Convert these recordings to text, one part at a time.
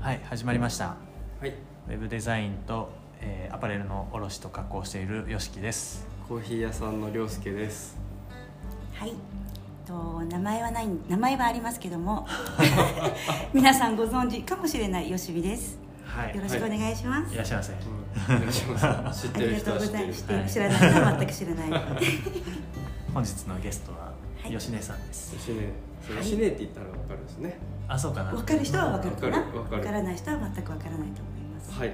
はい始まりましたはい、ウェブデザインと、えーアパレルの卸と加工している YOSHIKI ですコーヒー屋さんの涼介です。はい。えっと名前はない名前はありますけども、 皆さんご存知かもしれないよしみです。はいよろしくお願いします。いらっしゃいませうん、お願いします。 知っあてりるが人とうは知ごってざいるま。す。てる人は知知ってるらない人は全く知らない。本日のゲストははい吉根さんです、吉根、そう吉根って言ったらわかるんですね。あそうかなわかる人はわかるかな。わかるわわかるからない人は全くわからないと思います。はい、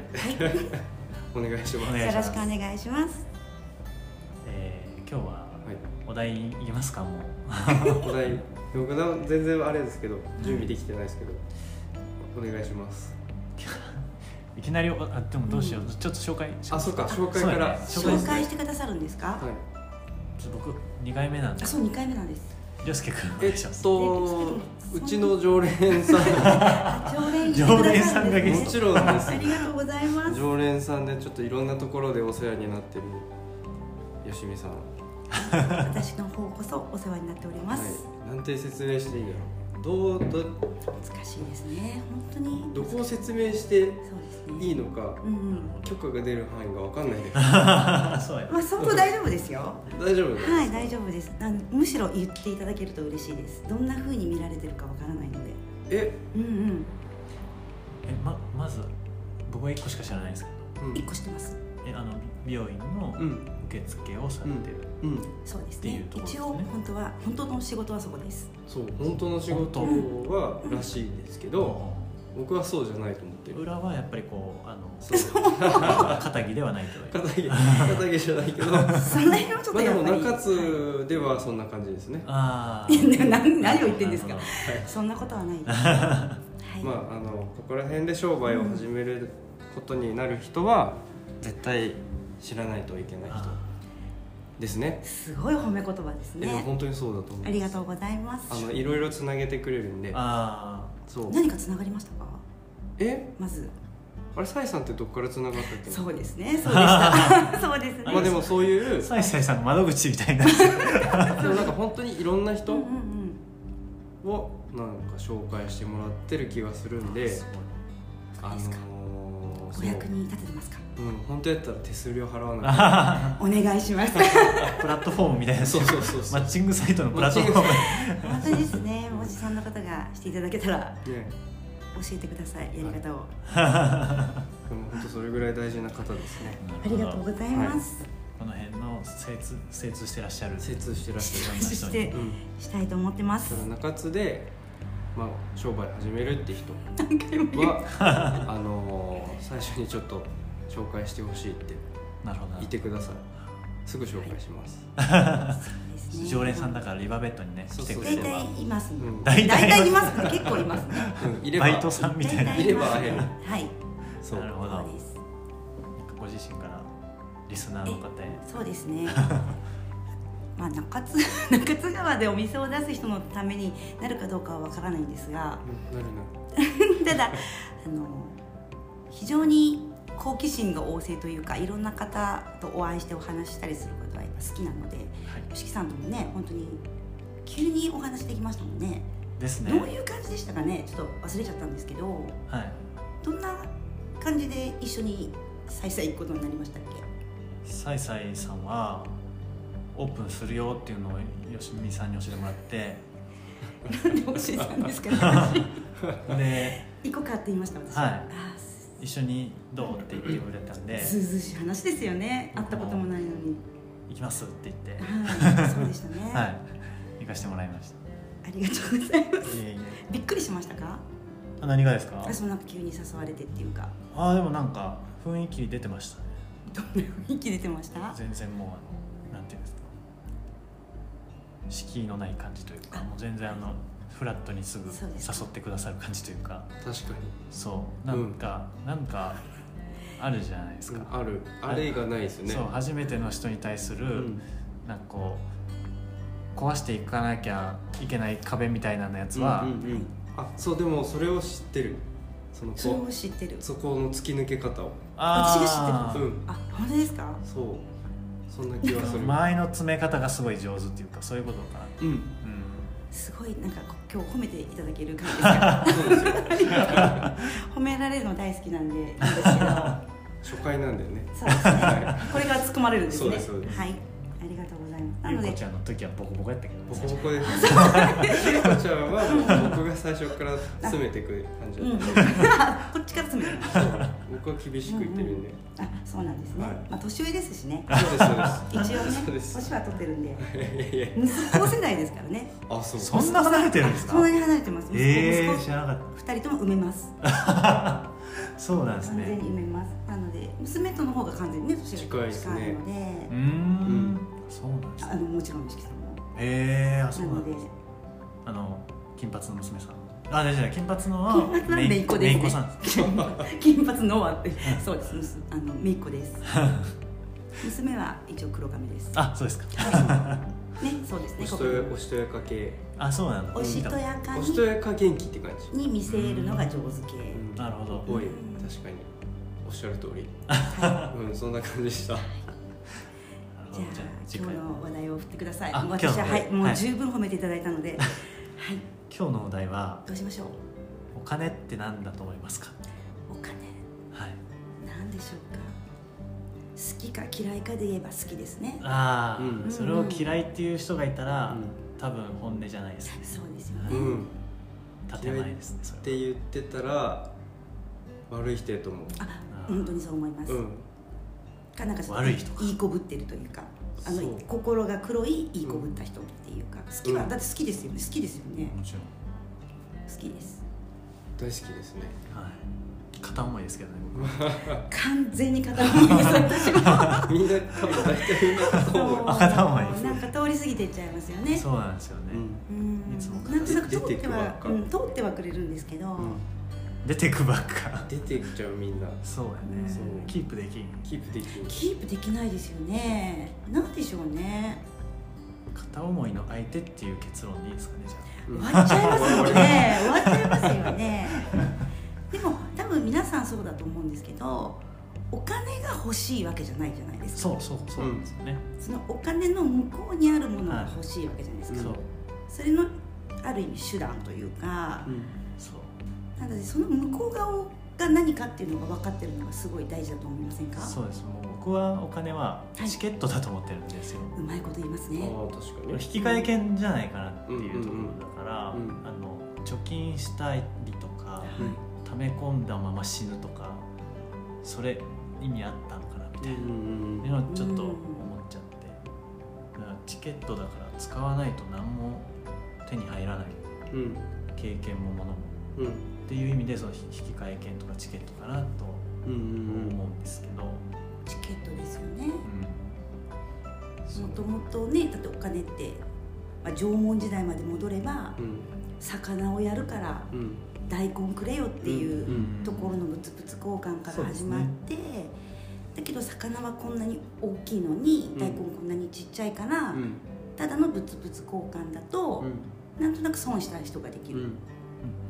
お願いします。おは願い、いしまよろすしくお願いします。えー今日はお題いきますかもうお題、僕な全然あれですけど、準備できてないですけど、お願いします。いきなりおあでもどうしよう、うんちょっと紹介しあ、ますそうか、紹介かそうやら。。ね紹介しててくださるんですか。はい。ちょっと僕二回目なんであ、そう二回目なんです。涼介君おえ願いしまっすと、うちの常連さあ常連常連さんがん、ゲもスちトろんですあ。りがとうございます。常連さんで、ちょっといろんなところでお世話になってる。吉見さん。私の方こそお世話になっております。はい、なんて説明していいんだろう。どう、ど。難しいですね。本当に。どこを説明してそうですね。いいのかうんうん。許可が出る範囲が分かんないですあ そうやまあ、そこ大丈夫ですよ。大丈夫です、はい、大丈夫です。あのむしろ言っていただけると嬉しいです。どんな風に見られてるかわからないので。え、うんうん。えままず僕は一個しか知らないんですけうん一個してます。どえあの美容院のうん受付をされてる、うんそうですっていね。うところです一ね応本当は本当の仕事はそこです。そう本当の仕事はらしいですけど僕はそうじゃないと思ってる裏はやっぱりこうあの そう肩着ではないという片毛片毛じゃないけどまその辺はちょっあとでやもっぱり。中津ではそんな感じですねあいやあ何何を言ってんですかなるほそんなことはない。 はい。まああのここら辺で商売を始めることになる人は絶対知らないといけないど人あですねすごい褒め言葉ですえでもね。本当にそうだと思うありがとうございますあ。のいろいろつなげてくれるんであそう何か繋がりましたか。えまず。あれサイさんってどこから繋がったっけそうで すね。そうでした。 そうですね。まあでもそういうサイサイさんの窓口みたいなでもなんか本当にいろんなうん人うんうん。をなんか紹介してもらってる気がするんで、あそうのですかー、お役に立ててますか。そううん本当やったら手数料払わないあお願いします。ープラットフォームみたいなそうそうそうそうマッチングサイトのプラットフォーム本当ですね。おじさんの方がしていただけたらとね教えてください。やり方を。でも本当それぐらい大事な方ですねありがとうございます。この辺の精通精通してらっしゃる精通してらっしゃはいそしてる、うん、したいと思ってますた。だ中津で、まあ、商売始めるって人何回も 言う。はあのー、最初にちょっと紹介してほしいってなるほど言ってくださいすぐ紹介します、ですね常連さんだからリバベットにねそう来そてうくれ大れば体いますねうん。大体いますね。結構いますね。うん、いればバイトさんみたいな大体ますいれば会えるはい。そうなるほどそうです。ご自身からリスナーの方へそうですね。まあ中津中津川でお店を出す人のためになるかどうかはわからないんですが、うんなるなるただあの非常に好奇心が旺盛というかいろんな方とお会いしてお話ししたりすることはやっぱ好きなのではい吉木さんともね本当に急にお話できましたもんねですねどういう感じでしたかねちょっと忘れちゃったんですけどはいどんな感じで一緒に再々行くことになりましたっけサイサイさんはオープンするよっていうのを吉見さんに教えてもら ってなんで教えたんですか ねで行こうかって言いました私はいあーす一緒にどうって言ってくれたんでずうずうしい話ですよね会ったこともないのに行きますって言って はいそうでしたね、はい行かしてもらいましたありがとうございますいえいえびっくりしましたかあ何がですか私もなんか急に誘われてっていうかあーでもなんか雰囲気出てましたねどんな雰囲気出てましたあ全然もうあのなんていうんですか敷居のない感じというかもう全然あのフラットにすぐそうですか誘ってくださる感じというか確かそうなんか、なんかあるじゃないですにか、あるあれがないですよねそう初めての人に対する、うんなんかこう壊していかなきゃいけない壁みたいなのやつは、うんうんうんあそうでもそれを知ってるそのそれをこ知ってるそこの突き抜け方をあー私がう知んあ本当ですかそうそんな気がする間合いの詰め方がすごい上手っていうかそういうことかなうんうんすごいなんかこ今日褒めていただける感じですかそうですよ 褒められるの大好きなんでいいんですけど初回なんだよねそうですねこれから突っ込まれるんですそうねですそうですはいありがとうございますなゆのうこでちゃんの時はボコボコやったけどボねコボコですゆうこちゃんはもう僕が最初から詰めてくる感じだうっん、たこ っちから詰めてますそう僕は厳しく言ってるんであそうなんですね、はいまあ年上ですしねそうですそう一で応すねそうです年は取ってるんで いやいやいや息子世代ですからねあそうそんな離れてるんですそんかなに離れてます息子えー、息知子らなかっ二人とも埋めますたそうなんです完全ねに埋めますなので娘との方が完全にね年近いがですね近いのでうーんそうなんですあねのもちろん錦さんもへえー、あそうななんのだであの金髪の娘さんあ大丈夫金髪の金髪なんで姪っ子姪っ姪っ子ですね子さんです 金髪のはってそうです娘あの姪っ子です娘は一応黒髪ですねあそうですかそうですおねしことやおしとやか系あそうなんだおしと見やかおしとにやか元気って感じに見せるのが上手系うんたなるほど多いうん確かにおっしゃる通 りはうんそんな感じしたなるほいじゃどじゃああ次今回日の話題を振ってくださいあもう私今日のはねはいもはうい十分褒めていただいたのではい今日のお題はどうしましょうお金って何だと思いますかお金はいなんでしょうか好きか嫌いかで言えば好きですねああ、うんそれを嫌いっていう人がいたら、う多分本音じゃないですねそうですよね、うん建前ですねそってれは言ってたら悪い人やと思うあ本当にそう思います、うんかなんかちょっと悪い人かいいこぶってるというかあのそう心が黒いいいこぶった人っていうか好きは、うんだって好きですよね好きですよねもちろん好きです大好きですね はい片思いですけどね僕完全に片思いです私もみんな多分大体みんな片思いもうあ片思いですねなんか通り過ぎていっちゃいますよねそうなんですよね、うんうんいつも片なんとなく通出っててくばはっかうん、通ってはくれるんですけど、出てくばっか出てきちゃうみんなそうやねそうキープできんキープできるキープできないですよねなんでしょうね片思いの相手っていう結論でいいですかねじゃ うん終わっちゃいますよね終わっちゃいますよねでも多分皆さんそうだと思うんですけどお金が欲しいわけじゃないじゃないであすかそうそうそうなんですよね、そのお金の向こうにあるものが欲しいわけじゃないですか、うんそうそれのある意味手段というかう、んそうなのでその向こう側が何かっていうのが分かってるのがすごい大事だと思いませんかそうですもう僕はお金ははいチケットだと思ってるんですよ、うまいこと言いますねああ確か引にき換え券じゃないかなっていうとこうんうんうんろだから、あうんの貯金したりとかう溜め込んだまま死ぬとかそれ意味あったのかなみたいな、んうんうんのはちょっと思っちゃってだからチケットだから使わないと何も手に入らないうん経験も物もうんっていう意味でその引き換え券とかチケットかなとうんうん思うんですけど、チケットですよねうんそうもともとねだってお金って、まあ、縄文時代まで戻ればうん魚をやるからうん大根くれよってういうんところのブツブツ交換から始まって、だけど魚はこんなに大きいのにうん大根こんなにちっちゃいから、うんただのブツブツ交換だと、なんとなく損した人ができうんうる、ん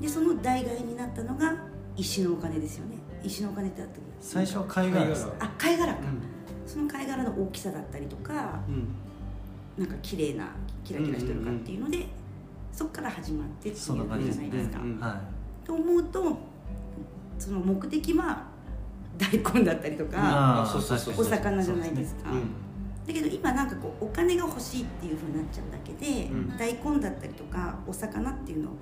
でその代替になったのが石のお金ですよね石のお金ってあったっけ最初は貝殻ですねあ貝殻か、うその貝殻の大きさだったりとかんうんなんか綺麗なキラキラしてるかっていうので、そこから始まってっていうそんな感じですじねゃないですか、うんはと思うとその目的は大根だったりといか、あそうそうそうお魚じゃないですかかうんだけど今なんかこうお金が欲しいっていうふうになっちゃうだけで、うん大根だったりとかお魚っていうのを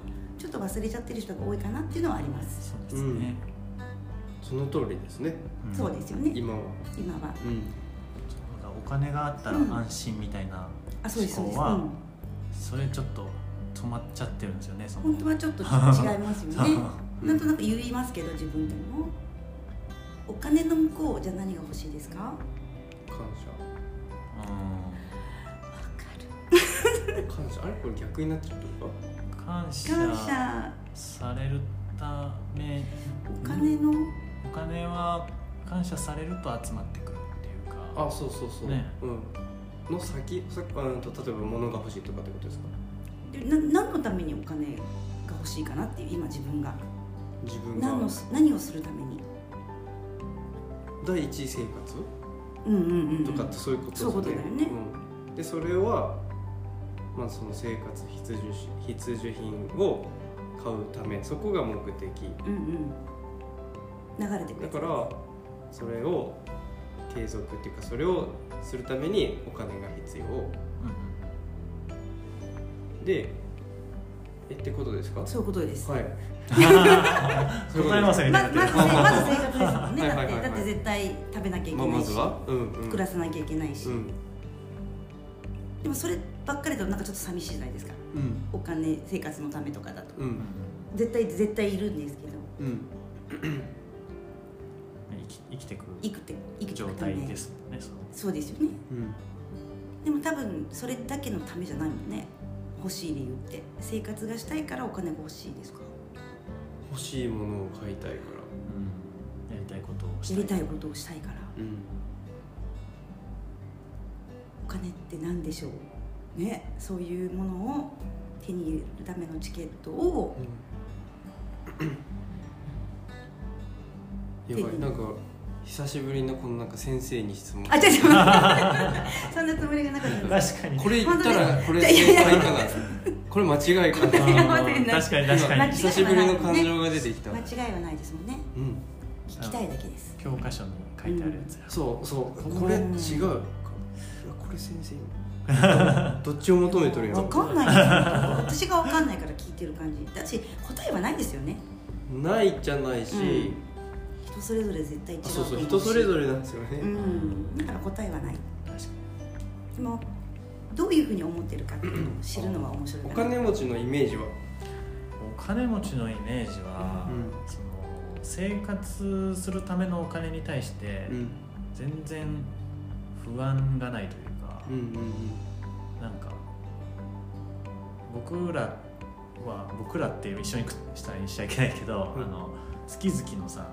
ちょっと忘れちゃってる人が多いかなっていうのはあります、そうですね、その通りですねんそうですよね今は今はうんなんかお金があったら安心みたいな、あそうですそうです、う思考はん、それちょっと止まっちゃってるんですよねその本当はち ょっと違いますよねうんなんとなく言いますけど自分でもお金の向こうじゃあ何が欲しいですかわ感かる謝感謝あれこれ逆になっちゃうってこうん感謝感謝されるためお金の、お金は感謝されると集まってくるっていうとかあそうそうそうねうんの先さうんと例えば物が欲しいとかってことですかでな何のためにお金が欲しいかなっていう今自分が自分が何のす何をするために、第一生活うんうんうんうん、とかってそういうことですそういうことだよねうんでそれはまあ、その生活必需品必需品を買うためそこが目的うんうん流れてくだるからそれを継続っていうかそれをするためにお金が必要うんうんでえってことですかはそういうことで す、いうん答えませんみたまいにまなずってるまず生活ですもはんねだっいはいてはいはだいって絶対食べなきゃいけまあ、ないまし、ずはうんうん暮らさなきゃいけないし、うんでもそればっかりだとなんかちょっと寂しいじゃないですかうんお金生活のためとかだとうん絶対絶対いるんですけどうん生き生きてく生きて生きて状くため態ですもんねそのそうですよねうんでも多分それだけのためじゃないもんね欲しい理由って生活がしたいからお金が欲しいですか欲しいものを買いたいからうんやりたいことをしたやりたいことをしたいからうんお金って何でしょうねそういうものを手に入れるためのチケットをやばいなんか久しぶりのこのなんか先生に質問あ違う 違うそんなつもりがなかったです確かにこれ言ったらこれいやいやい正解やかなこれ間違いか な れませんね確かに確か間違いにない久しぶりの感情が出てきた、間違いはないですもんねうん聞きたいだけです教科書に書いてあるやつだそうそううんこれ違うかいやこれ先生 どっちを求めとるんやわろかんないですよ私がわかんないから聞いてる感じだし答えはないですよねないじゃないし、うん人それぞれ絶対違うあそうそう人それれぞれなんですよね、うんだから答えはない確かでもどういうふうに思ってるかっていうのを知るのは面白いおかな金持ちのイメージはにお金持ちのイメージは、うんその生活するためのお金に対してうん全然不安がないというか、うんうんなんか僕らは僕らって一緒にくしたりしちゃいけないけど、うんあの好き好きのさ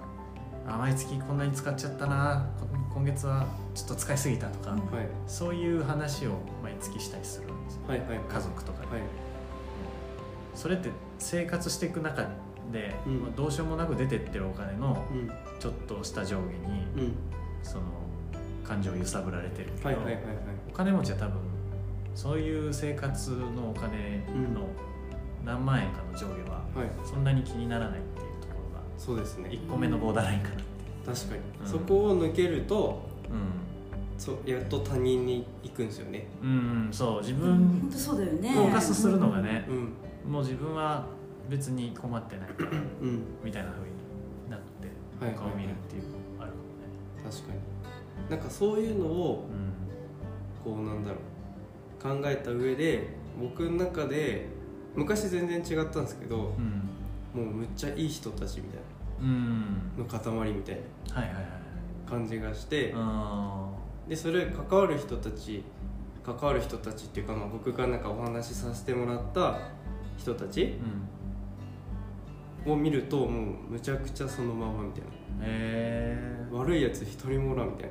あ毎月こんなに使っちゃったなこ今月はちょっと使いすぎたとか、うんうんはいそういう話を毎月したりするんですよはいはい家族とかで、はいそれって生活していく中で、うんまあどうしようもなく出てってるお金のうんちょっとした上下に、うんその感情を揺さぶられてるけど、はいはいはいはいお金持ちは多分そういう生活のお金の何万円かの上下ははいそんなに気にならないっていうところがそうですね1個目のボーダーラインかなって、確かに、うんそこを抜けるとうそうやっと他人に行くんですよねん、うんうんそう自うん本分当そうだよねフォーカスするのがねう、んもう自分は別に困ってないからうんみたいな風になってはいはい他を見るっていうのもあるかもね、確かになんかそういうのをうんこうなんだろう考えた上で僕の中で昔全然違ったんですけどもうんうむっちゃいい人たちみたいうんなの塊みたいなはいはいはい感じがしてあでそれ関わる人たち関わる人たちっていうかまあ僕がなんかお話しさせてもらった人たちーうんを見るともうむちゃくちゃそのままみたいえな悪いやつ一人もおらんみたいな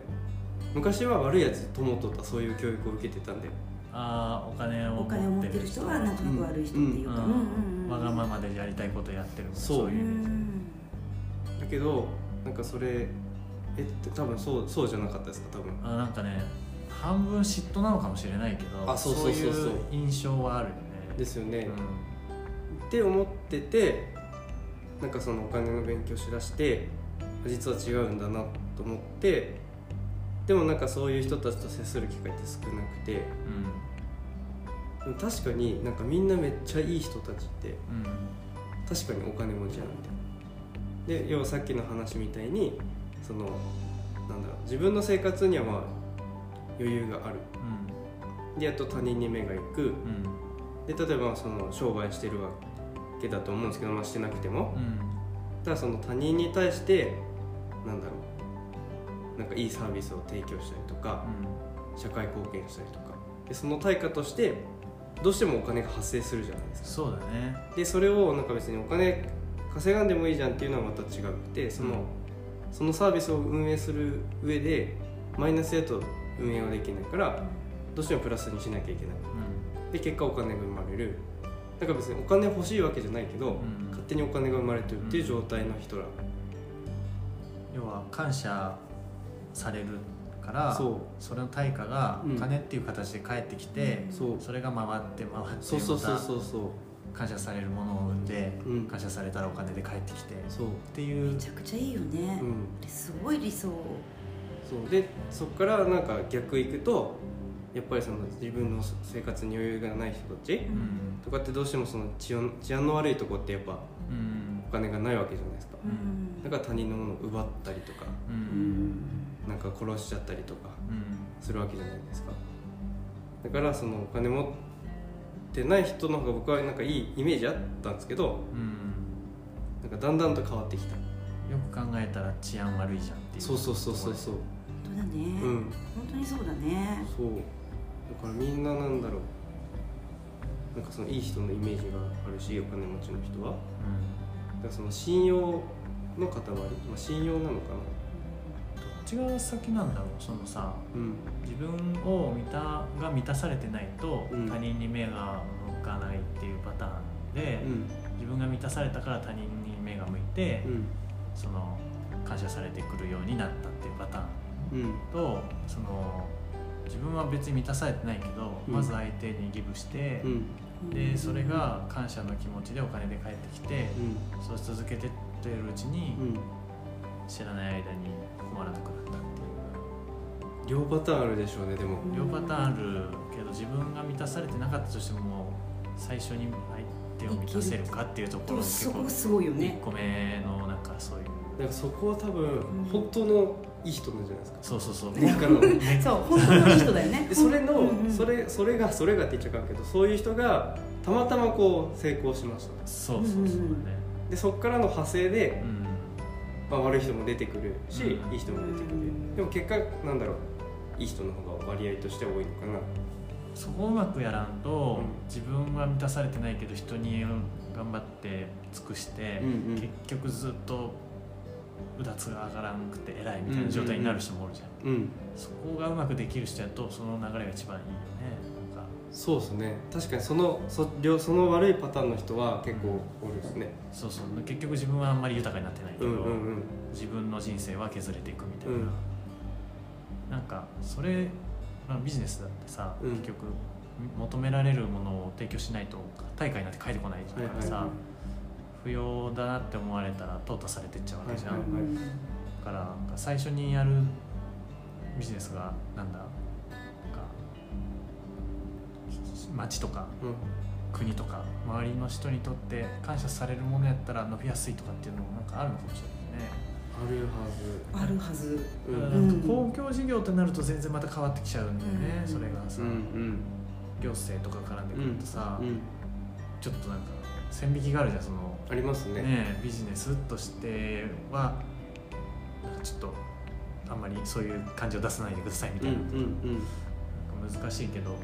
昔は悪いやつ友とかそういう教育を受けてたんでー、あーお金をお金を持ってる人はなんとなく悪い人っていうか、うん、わがまままでやりたいことやってるそうそうういうイメージんだけどなんかそれえって多分そうそうじゃなかったですか多分あなんかね半分嫉妬なのかもしれないけどあそうそうそうそうい印象はあるよねですよね、うんって思っててなんかそのお金の勉強しだして実は違うんだなと思ってでもなんかそういう人たちと接する機会って少なくてでも確かになんかみんなめっちゃいい人たちってうんうん確かにお金持ちなんでで要はさっきの話みたいにそのなんだろう自分の生活にはまあ余裕があるでやっと他人に目が行くうんうんで例えばその商売してるわけだと思うんですけど、まあ、してなくてもうんただその他人に対してなんだろうなんかいいサービスを提供したりとか社会貢献したりとかでその対価としてどうしてもお金が発生するじゃないですかそうだねでそれをなんか別にお金稼がんでもいいじゃんっていうのはまた違くてそのそのサービスを運営する上でマイナスやと運営はできないからどうしてもプラスにしなきゃいけないで結果お金が生まれるだから別にお金欲しいわけじゃないけど、ん勝手にお金が生まれてるっていう状態の人ら、要は感謝されるかからそうれの対価がうんお金っていう形で返ってきて、そうそれが回って回ってそうそうそうそうまそた感謝されるものを生んで、ううん感謝されたらお金で返ってきてっそうていうめちゃくちゃいいよねう、んあれすごい理想そうでそこからなんか逆行くとやっぱりその自分の生活に余裕がない人たちうんとかってどうしてもその治安治安の悪いとこってやっぱうんお金がないわけじゃないですかうんだから他人のものを奪ったりとかううんんなんか殺しちゃったりとかうんするわけじゃないですかだからそのお金持ってない人の方が僕はなんかいいイメージあったんですけどうんなんかだんだんと変わってきたよく考えたら治安悪いじゃんっていうそうそうそうそうそう本当だね、うん本当にそうだねそうだからみんななんだろうなんかそのいい人のイメージがあるしお金持ちの人はうんだからその信用の塊、まあ、信用なのかどっちが先なんだろうそのさなうん自分を満たが満たされてないとうん他人に目が向かないっていうパターンで、うん自分が満たされたから他人に目が向いて、その感謝されてくるようになったっていうパターンうんうんとその自分は別に満たされてないけど、うんまず相手にギブしてう、んでそれが感謝の気持ちでお金で返ってきて、そうし続けてってるうちに、うんうん知らない間に困らなくなったっていう両パターンあるでしょうねでも両パターンあるけど自分が満たされてなかったとしてももう最初に相手を満たせるかっていうとこでろもがす結ご構くすごいよね1個目のなんかそういうだからそこは多分ん本当のいい人なんじゃないですかそうそうそう根っから のでそう本当のいい人だ よねそれの、うんうんそれそれがそれがって言っちゃいかんけどそういう人がたまたまこう成功しましたそうそうそううんねでそこからの派生で、うんまあ、悪い人も出てくるし、うんいい人も出てくる、うんでも結果なんだろういい人の方が割合としては多いのかなそこをうまくやらんとうん自分は満たされてないけど人に頑張って尽くしてうんうん結局ずっとうだつが上がらんくて偉いみたいな状態になる人もおるじゃんうんそこがうまくできる人やとその流れが一番いいよねなんかそうですね確かにそのそ両その悪いパターンの人は結構おるですねそうそう結局自分はあんまり豊かになってないけうど、んうんうん自分の人生は削れていくみたいな、うんなんかそれ、まあ、ビジネスだってさ、うん結局求められるものを提供しないと対価になって返ってこないはいからさ、は不要だなって思われたら淘汰されてっちゃうわけじゃん、はいはいだからなんか最初にやるビジネスがなんだなんか町とかうん国とか周りの人にとって感謝されるものやったら伸びやすいとかっていうのもなんかあるのかもしれないねあるはあるはずずうんうんなんか公共事業となると全然また変わってきちゃうんだよね、うんそれがさ、うんうん行政とか絡んでくるとさ、うんちょっとなんか線引きがあるじゃんその、ありますねねえ、ビジネスとしてはなんかちょっとあんまりそういう感じを出さないでくださいみうたんいな、うんなんか難しいけど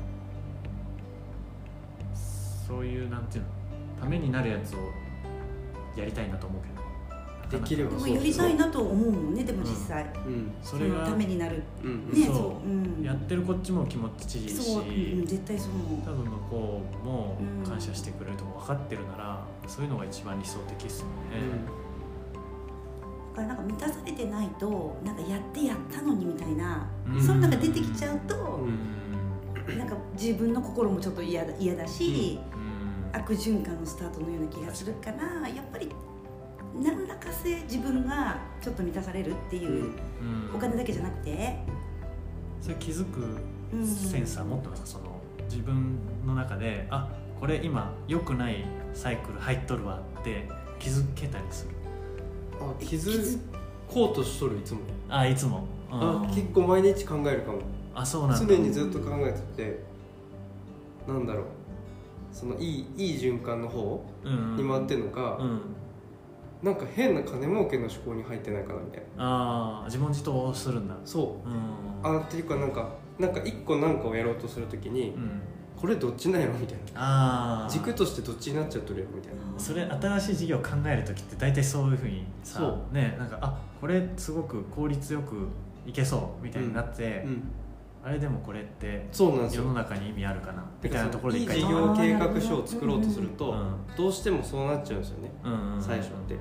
そういうなんていうのためになるやつをやりたいなと思うけどうんできれでばもそうやりたいなと思うもんねでも実際、うんそそれのがためになるうんうんねそうそう、うん、やってるこっちも気持ちいいしそう、うん、絶対そう多思分向こうもうん感謝してくれるとも分かってるなら、そういうのが一番理想的ですよね、うだからなんか満たされてないとなんかやってやったのにみたいな、うんそういうのが出てきちゃうと、うんなんか自分の心もちょっと嫌だ嫌だし、うん悪循環のスタートのような気がするからやっぱり何らかせ自分がちょっと満たされるってういんう、うんお金だけじゃなくて、それ気づくうんセンサー持ってますかその自分の中であこれ今良くないサイクル入っとるわって気づけたりするあ気づこうとしとるいつもあいつも、うんあ結構毎日考えるかもあそうなんだ常にずっと考えててなんだろうそのいいいい循環の方うんに回ってんのうか、んなんか変な金儲けの思考に入ってないかなみたいなああ自問自答するんだそうんうあっていうかなんかなんか一個なんかをやろうとするときに、うんこれどっちなんやろみたいあなあ軸としてどっちになっちゃっとるやろみたいなそれ新しい事業を考える時って大体そういうふうにさそねなんかあこれすごく効率よくいけそうみたいになって、うんあれでもこれってそうなんです世よの中に意味あるかなみたいなところでいい一回事業計画書を作ろうとすると、うんどうしてもそうなっちゃうんですよねうんうんうん最初って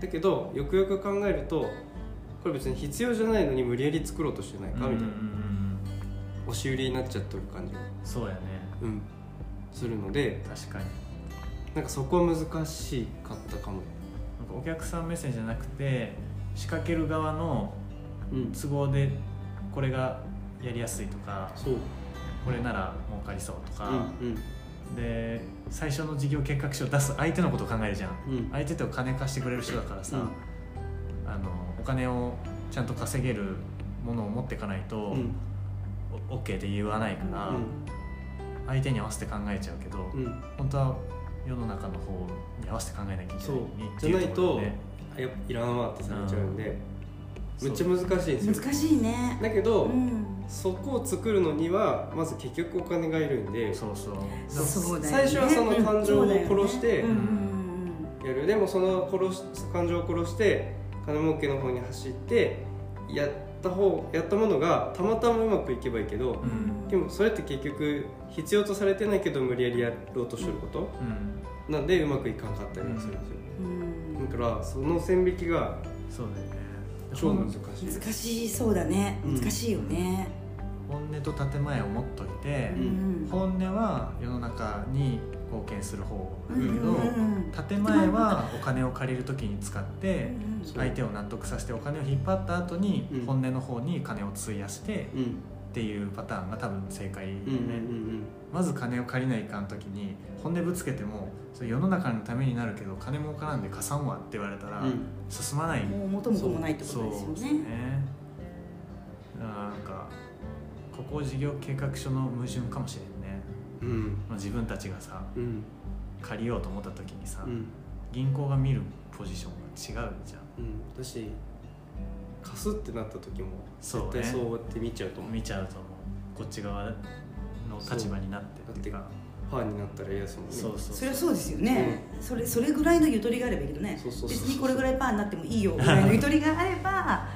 だけどよくよく考えるとこれ別に必要じゃないのに無理やり作ろうとしてないかみたいな、うんうんうん押し売りになっちゃってる感じが、うんそうやねうん、するので確かになんかそこは難しかったかも、なんかお客さん目線じゃなくて仕掛ける側のうん、都合でこれがやりやすいとかそう、これなら儲かりそうとか、うんで最初の事業計画書を出す相手のことを考えるじゃんうんうん相手ってお金貸してくれる人だからさ、うんあのお金をちゃんと稼げるものを持っていかないと、うん OK って言わないから、相手に合わせて考えちゃうけど、うんうん本当は世の中の方に合わせて考えなきゃいけないそうってじゃうなといことろであやっぱいらんわってされちゃうんで、そうめっちゃ難しいんですよ難しいねだけど、うんそこを作るのにはまず結局お金がいるんでそうそうそうそうだよ最ね初はその感情を殺してうんうんやるでもその殺し感情を殺して金儲けの方に走ってやった方やったものがたまたまうまくいけばいいけどう、んでもそれって結局必要とされてないけど無理やりやろうとしてることうんなんでうまくいかんかったりもするんですよ、うんだからその線引きがそうだよね超難しい難しそうだねうん難しいよね、本音と建前を持っといてう、ん本音は世の中に貢献する方うなんうんだけど、建ん前はお金を借りる時に使って、そう相手を納得させてお金を引っ張った後にうん本音の方に金を費やしてうんっていうパターンが多分正解だよね、うんうんうんまず金を借りないかん時に本音ぶつけてもそれ世の中のためになるけど金儲からんで貸さんわって言われたらうん進まない、うんもう元も子もないってこそうとでですすねよねだからなんかここ事業計画書の矛盾かもしれんね、うんまあ、自分たちがさうん借りようと思った時にさ、うん銀行が見るポジションが違うじゃんうんだし貸すってなった時もそうね絶対そうやって見ちゃうと思う見ちゃうと思うこっち側の立場になってっていうかファンになったら嫌ですもんねそうそうそれはそうですよね、それそれぐらいのゆとりがあればいいけどねそうそうそうそう別にこれぐらいパーになってもいいよぐらいのゆとりがあれば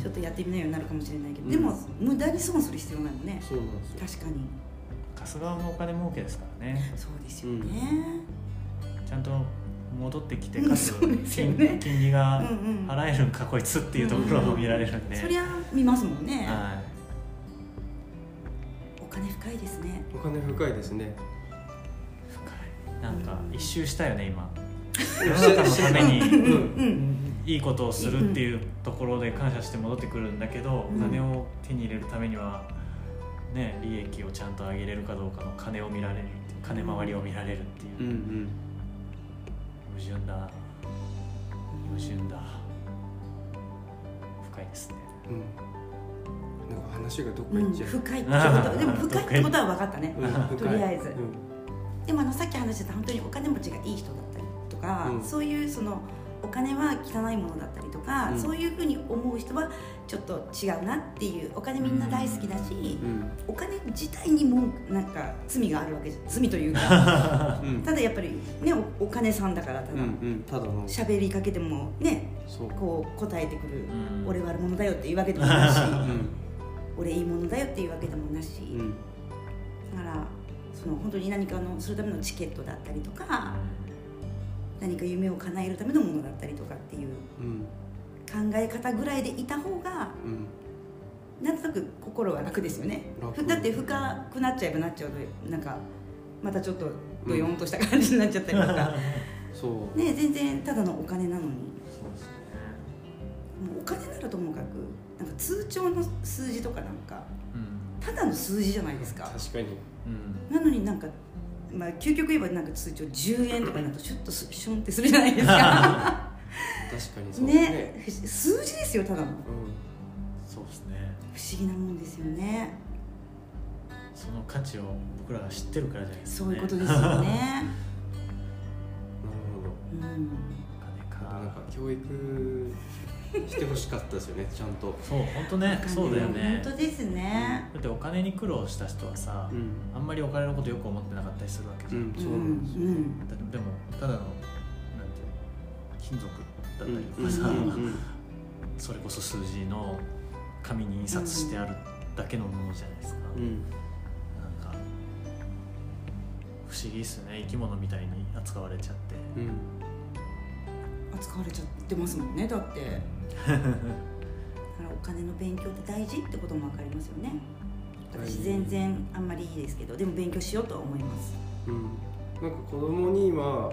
ちょっとやってみないようになるかもしれないけど、でも無駄に損する必要ないもんねそうなんですよ確かに貸す側もお金儲けですからねそうですよね、ちゃんと戻ってきてうん貸すそうですよ金ね金利うん、がうん払えるんかこいつっていうところを見られるんでそりゃ見ますもんね、はお金深いですねお金深いですねいなんか一周したよね今世の中のためうにんいいことをするっていうところで感謝して戻ってくるんだけどうんお金を手に入れるためにはね利益をちゃんと上げれるかどうかの金を見られるっていう金回りを見られるっていううんうん矛盾だ矛盾だ深いですねうんなんか話がどっかう行んっちゃう、深いって ことでも深いってことは分かったねうん深いとりあえずうんでもあのさっき話してた本当にお金持ちがいい人だったりとか、うんそういうそのお金は汚いものだったりとか、うんそういうふうに思う人はちょっと違うなっていうお金みんな大好きだし、うんお金自体にもなんか罪があるわけじゃ罪というか うんただやっぱりねおお金さんだからたうだんうんただの喋、りかけてもねそうこう答えてくる、うん俺悪者だよっていうわけでもないしうん俺いいものだよっていうわけでもないし、うんだからその本当に何かのするためのチケットだったりとか。何か夢を叶えるためのものだったりとかっていううん考え方ぐらいでいた方がうんなんとなく心は楽ですよね楽だって深くなっちゃえばなっちゃうとなんかまたちょっとドヨンとした感じになっちゃったりと か、そうね全然ただのお金なのにそうですねもうお金ならともかくなんか通帳の数字とかなんかうんただの数字じゃないですか確かにうんなのになんか、まあ、究極言えばなんか通帳10円とかになるとシュッとすシュンってするじゃないですか確かに そうですねね数字ですよただのそうですね不思議なもんですよねその価値を僕らが知ってるからじゃないですか、そね、ういうことですよねうんなるほどうんお金なんかか教育してほしかったですよ ねちゃんとそう本当ねそうだよね本当ですねだってお金に苦労した人はさ、うんあんまりお金のことよく思ってなかったりするわけうじゃん、んうそんううなんですよんだってでもただのなんていうの金属だったりとかさ、うんうんそれこそ数字の紙に印刷してあるだけのものじゃないですか、うんなんか不思議っすね生き物みたいに扱われちゃ ってうん扱われちゃってますもんねだってお金の勉強って大事ってことも分かりますよね大私事全然あんまりいいですけどでも勉強しようとは思いますうん、なんか子供に今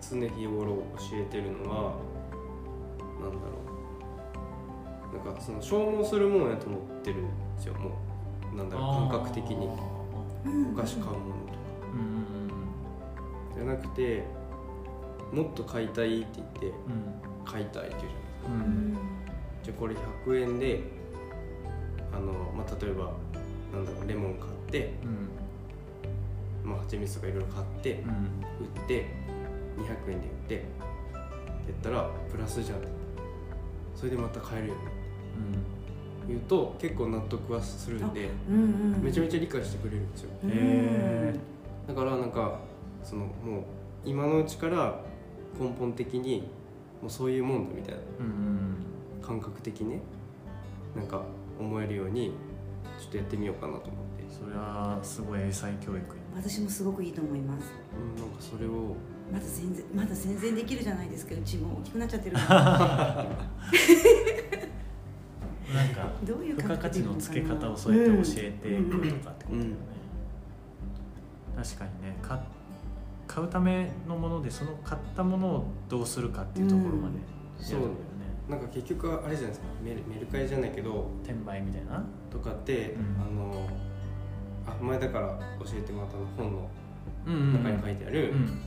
常日頃教えてるのはなんだろうなんかその消耗するものやと思ってるんですよもうなんだろう感覚的にお菓子買うものとかうんうんじゃなくてもっと買いたいって言ってうんうん買いたいって言うじゃないですかううんんじゃあこれ100円であの、まあ、例えばなんだろうレモン買って、うんまあ蜂蜜とかいろいろ買って、うん売って200円で売ってってやったらプラスじゃんそれでまた買えるよね言うと結構納得はするんでうんうんめちゃめちちゃ理解してくれるんですよへえだからなんかそのもう今のうちから根本的にもうそういうもんだみたいなうんうん感覚的ねなんか思えるようにちょっとやってみようかなと思って、それはすごい英才教育に私もすごくいいと思いますうん、なんかそれをまだ全然まだ全然できるじゃないですけどうちも大きくなっちゃってるからなんかどういう付加価値の感覚付でけいいのか方なを添えて教えていくとかってことだよね、うん確かにねか買うためのものでその買ったものをどうするかっていうところまでやるんだよね、なんか結局あれじゃないですかメルメルカリじゃないけど転売みたいなとかって、うんあのあ前だから教えてもらったあの本のうんう中に書いてある、うん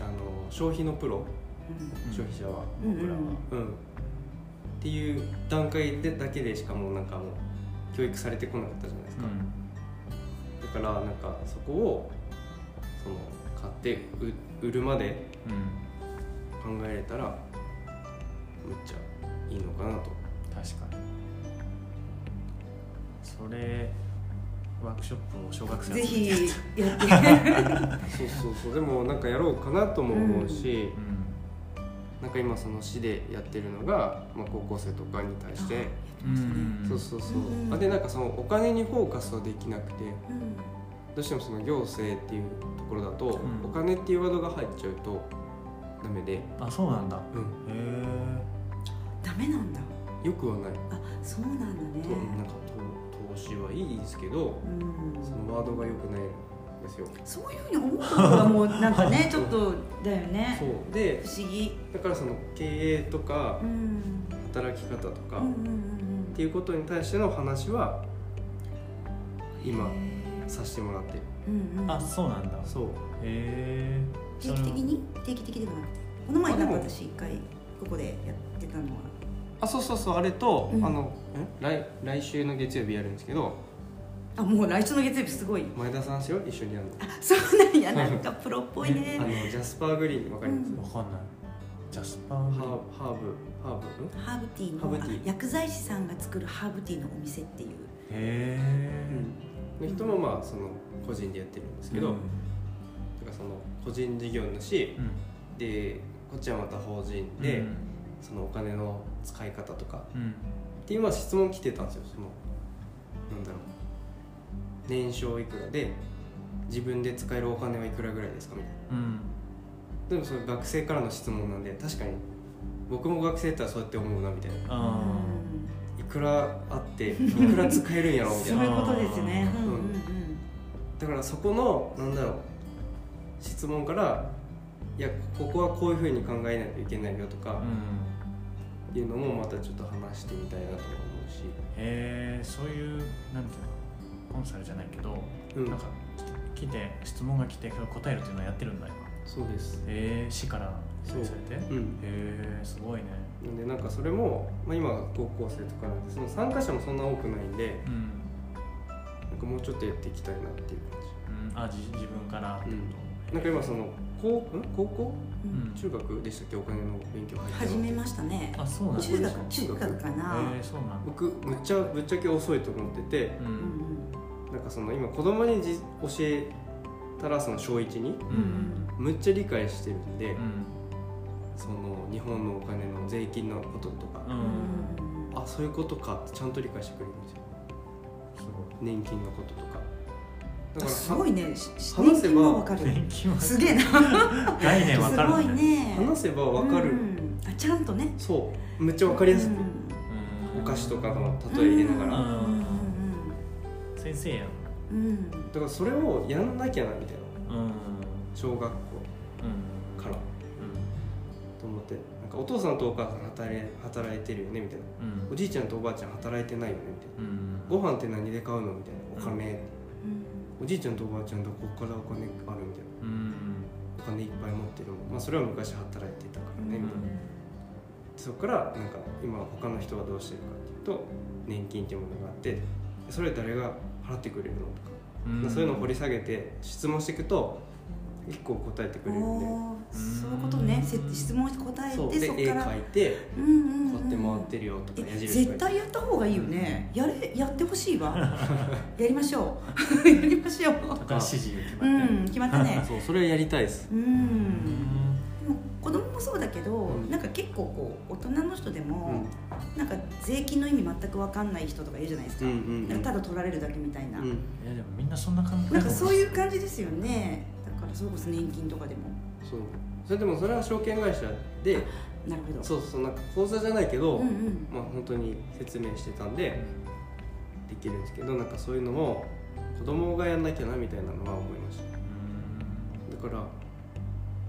あの消費のプロうん消費者は、うん僕らは、うん、っていう段階でだけでしかもうなんかもう教育されてこなかったじゃないですか、だからなんかそこをその買ってう売るまでうんうん、考えれたらめっちゃいいのかなと確かにそれワークショップを小学生ぜ集めひてやっやってそうそうそうでもなんかやろうかなとも思うし、てうんなんか今その市でやってるのが、まあ、高校生とかに対してうんうんうんそうそうそう、うんあでなんかそのお金にフォーカスはできなくてうんどうしてもその行政っていうところだと、んお金っていうワードが入っちゃうとダメで、あそうなんだへうん、えダメなんだよくはない、あそうなんだとなねんか投投資はいいですけどうんそのワードがよくないんですよ、そういうふうに思ったのがもうなんかねちょっとだよねそうで不思議だからその経営とかうん働き方とか、うんうんっうんていうことに対しての話は今へーさせてもらってるうんうんあそうなんだへそうえ定期的に定期的ではなくてこの前なんか私一回ここでやってたのはあそうそうそうあれと、うんあのん来来週の月曜日やるんですけどあもう来週の月曜日すごい前田さんしよう一緒にやるのあそうなんやなんかプロっぽいあねのジャスパーグリーンわかります、うんわかんないジャスパハーーブハーブハーブんハーブティーのハーブティーあ薬剤師さんが作るハーブティーのお店っていうへえの人もまあその個人でやってるんですけど、だからその個人事業主うんでこっちはまた法人で、そのお金の使い方とかうんっていうまあ質問来てたんですよそのなんだろう年商いくらで自分で使えるお金はいくらぐらいですかみたいなうんでもそれ学生からの質問なんで確かに僕も学生だったらそうやって思うなみたいなあいくらあっていくら使えるんやろみたそいうないうことですねううんんうんうんだからそこのなんだろう質問からいやここはこういうふうに考えないといけないよとあかうんっていうのもまたちょっと話してみたいなとは思うし、へえそういうなんていうのコンサルじゃないけどうん、なんか来て質問が来てそれ答えるっていうのはやってるんだ今そうですへえ市から指定されてへうんえすごいねなんでなんかそれも、まあ、今高校生とかなんでその参加者もそんな多くないんでうんなんかもうちょっとやっていきたいなっていう感じうんあじ自分からってことなんか今その高ん高校ううんん中学でしたっけお金の勉強入っ始てめましたねあそうなんだ中へ学中学かな、えそうなんだ僕むっちゃぶっちゃけ遅いと思っててううんんなんかその今子供にじ教えたらその小1にうんうんむっちゃ理解してるんで、うんその日本のお金の税金のこととか、ううんんあそういうことかってちゃんと理解してくれるんですよすご年金のこととかだあからすごいねしせば年金はわかいる年金はすげえな概念わかるすごいんだねね話せばわかる、うんあちゃんとねそうむっちゃわかりやすく、うんうんお菓子とかの例え入れながら、うんうん先生やんうんうんだからそれをやんなきゃなみたいなうんうん小学校からと思ってなんかお父さんとお母さん働い働いてるよねみたいなうんおじいちゃんとおばあちゃん働いてないよねみたいなうんご飯って何で買うのみたいなお金、うんおじいちゃんとおばあちゃんとここからお金あるみたういなんお金いっぱい持ってるもん、まあ、それは昔働いてたからねみたいな、そこからなんか今他の人はどうしてるかっていうと年金っていうものがあってそれ誰が払ってくれるのとかうんそういうのを掘り下げて質問していくと結構答えてくれるんでおーそういうことねせ質問して答えてそそうで絵こから描いてうんうんうんこうやって回ってるよとかえ矢印描絶いて対やった方がいいよねやれやってほしいわやりましょうやりましょう高橋支持が決まうってるん決まったねそうそれはやりたいですうんうんでも子供もそうだけど、うんなんか結構こう大人の人でうもん、なんか税金の意味全く分かんない人とかいるじゃないですうか,、んうんうなんんかただ取られるだけみたいな、うんいやでもみんなそんな感覚なんかそういうう感じですよねだからそれこそ年金とかでもそうそれでもそれは証券会社でなるほどそうそうなんか口座じゃないけど、うんうんまあ本当に説明してたんでできるんですけどなんかそういうのも子供がやんなきゃなみたいなのは思いましただから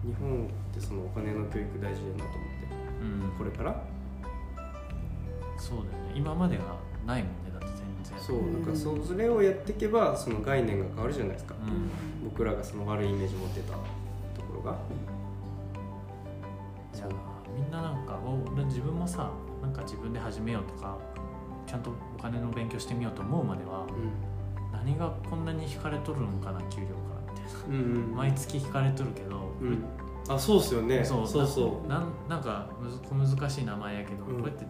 日本ってそのお金の教育大事だなと思ってうんうんこれからそうだよね今までがないもんねだって全然そうううんなんかそそれをやっていけばその概念が変わるじゃないですかん僕らがその悪いイメージ持ってたところがじゃあみんななんかお俺自分もさなんか自分で始めようとかちゃんとお金の勉強してみようと思うまではう何がこんなに惹かれとるのかな給料からみたいなんうん毎月惹かれとるけど、うんあそうっすよねそうそうなんなんかむず小難しい名前やけど、うんこれって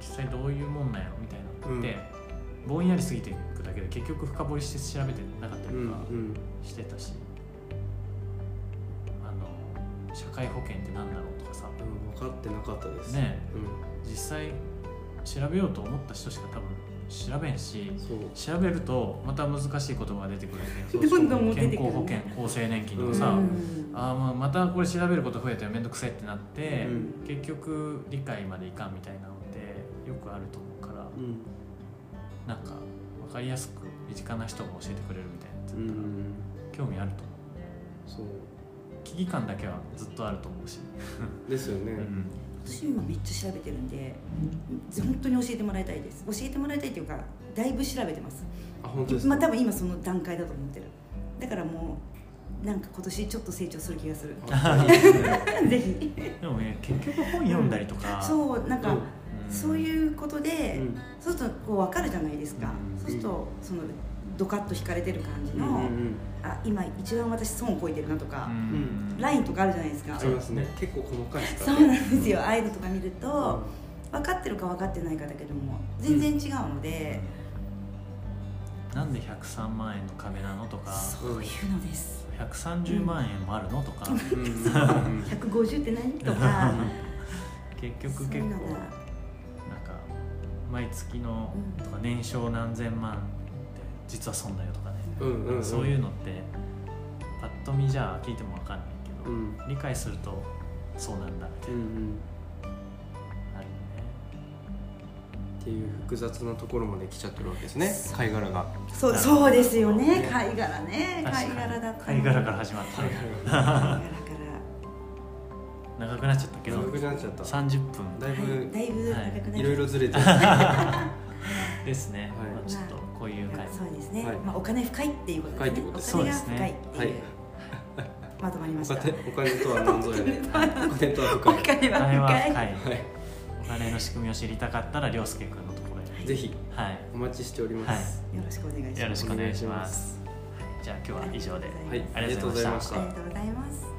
実際どういうもんなんやろみたいなのってう、ぼんやりすぎていくだけで結局深掘りして調べてなかったうりんとうかんしてたし、あの社会保険って何だろうとかさうん分かってなかったですねう実際調べようと思った人しか多分調べんしんそう調べるとまた難しい言葉が出てくるそんうで どんどんもう出健てく康る保険ね厚生年金とうかんさ、うんあーまあまたこれ調べること増えて面倒くさいってなって、うん結局理解までいかんみたいなのってよくあると思うからうんなんか分かりやすく身近な人が教えてくれるみたいなやつだうったら、ん興味あると思そうう危機感だけはずっとあると思うし、ですよねうん私今めっちゃ調べてるんで本当に教えてもらいたいです教えてもらいたいっていうかだいぶ調べてますあ本当ですまかあ多分今その段階だと思ってるだからもうなんか今年ちょっと成長する気がする あいいですねぜひでもね結局本読んだりとか、 そうなんか、うんそういうことで、うんそうするとこう分かるじゃないですか、うんそうするとそのドカッと引かれてる感じうの、んうんあ今一番私損を超えてるなとかう、んラインとかあるじゃないですか、あそりうますね結構細かいですそからうねなんですよああいうのとか見ると、うん分かってるか分かってないかだけども全然違うので、なんで103万円の壁なのとかそういうのです130万円もあるのとか、うんうんうん150って何とか 結局そうい結う構のがなんか毎月のうんとか年商何千万って実は損だよとかね、うんうんうんそういうのってパッと見じゃ聞いても分かんないけうど、ん理解するとそうなんだみたういんうんな、あるよっていう複雑なところまで来ちゃってるわけですね貝殻がそうなるほどそうですよねね貝殻ねね貝確かに殻だった貝殻から始まった貝殻が殻貝殻か長くなっちゃったけど長くなっちゃった30分だいらはいぶだいぶ長くなっちゃったいろいろずれてるはですね、はいまあ、ちょっとこういう回そうですね、はいまあお金深いっていうこと深いってことでですすねお金がそうです深いねっていう、いまとまりまおした金お金とは何ぞ やねお金とはお深い金おは金は深い深いはお金の仕組みを知りたかったら涼介君のところいへぜひはいお待ちしておりますよろしくお願いしますよろしくお願いしまお願いしますす。はいじゃあ今日は以上で。ははいいありがとうございましたありがとうございます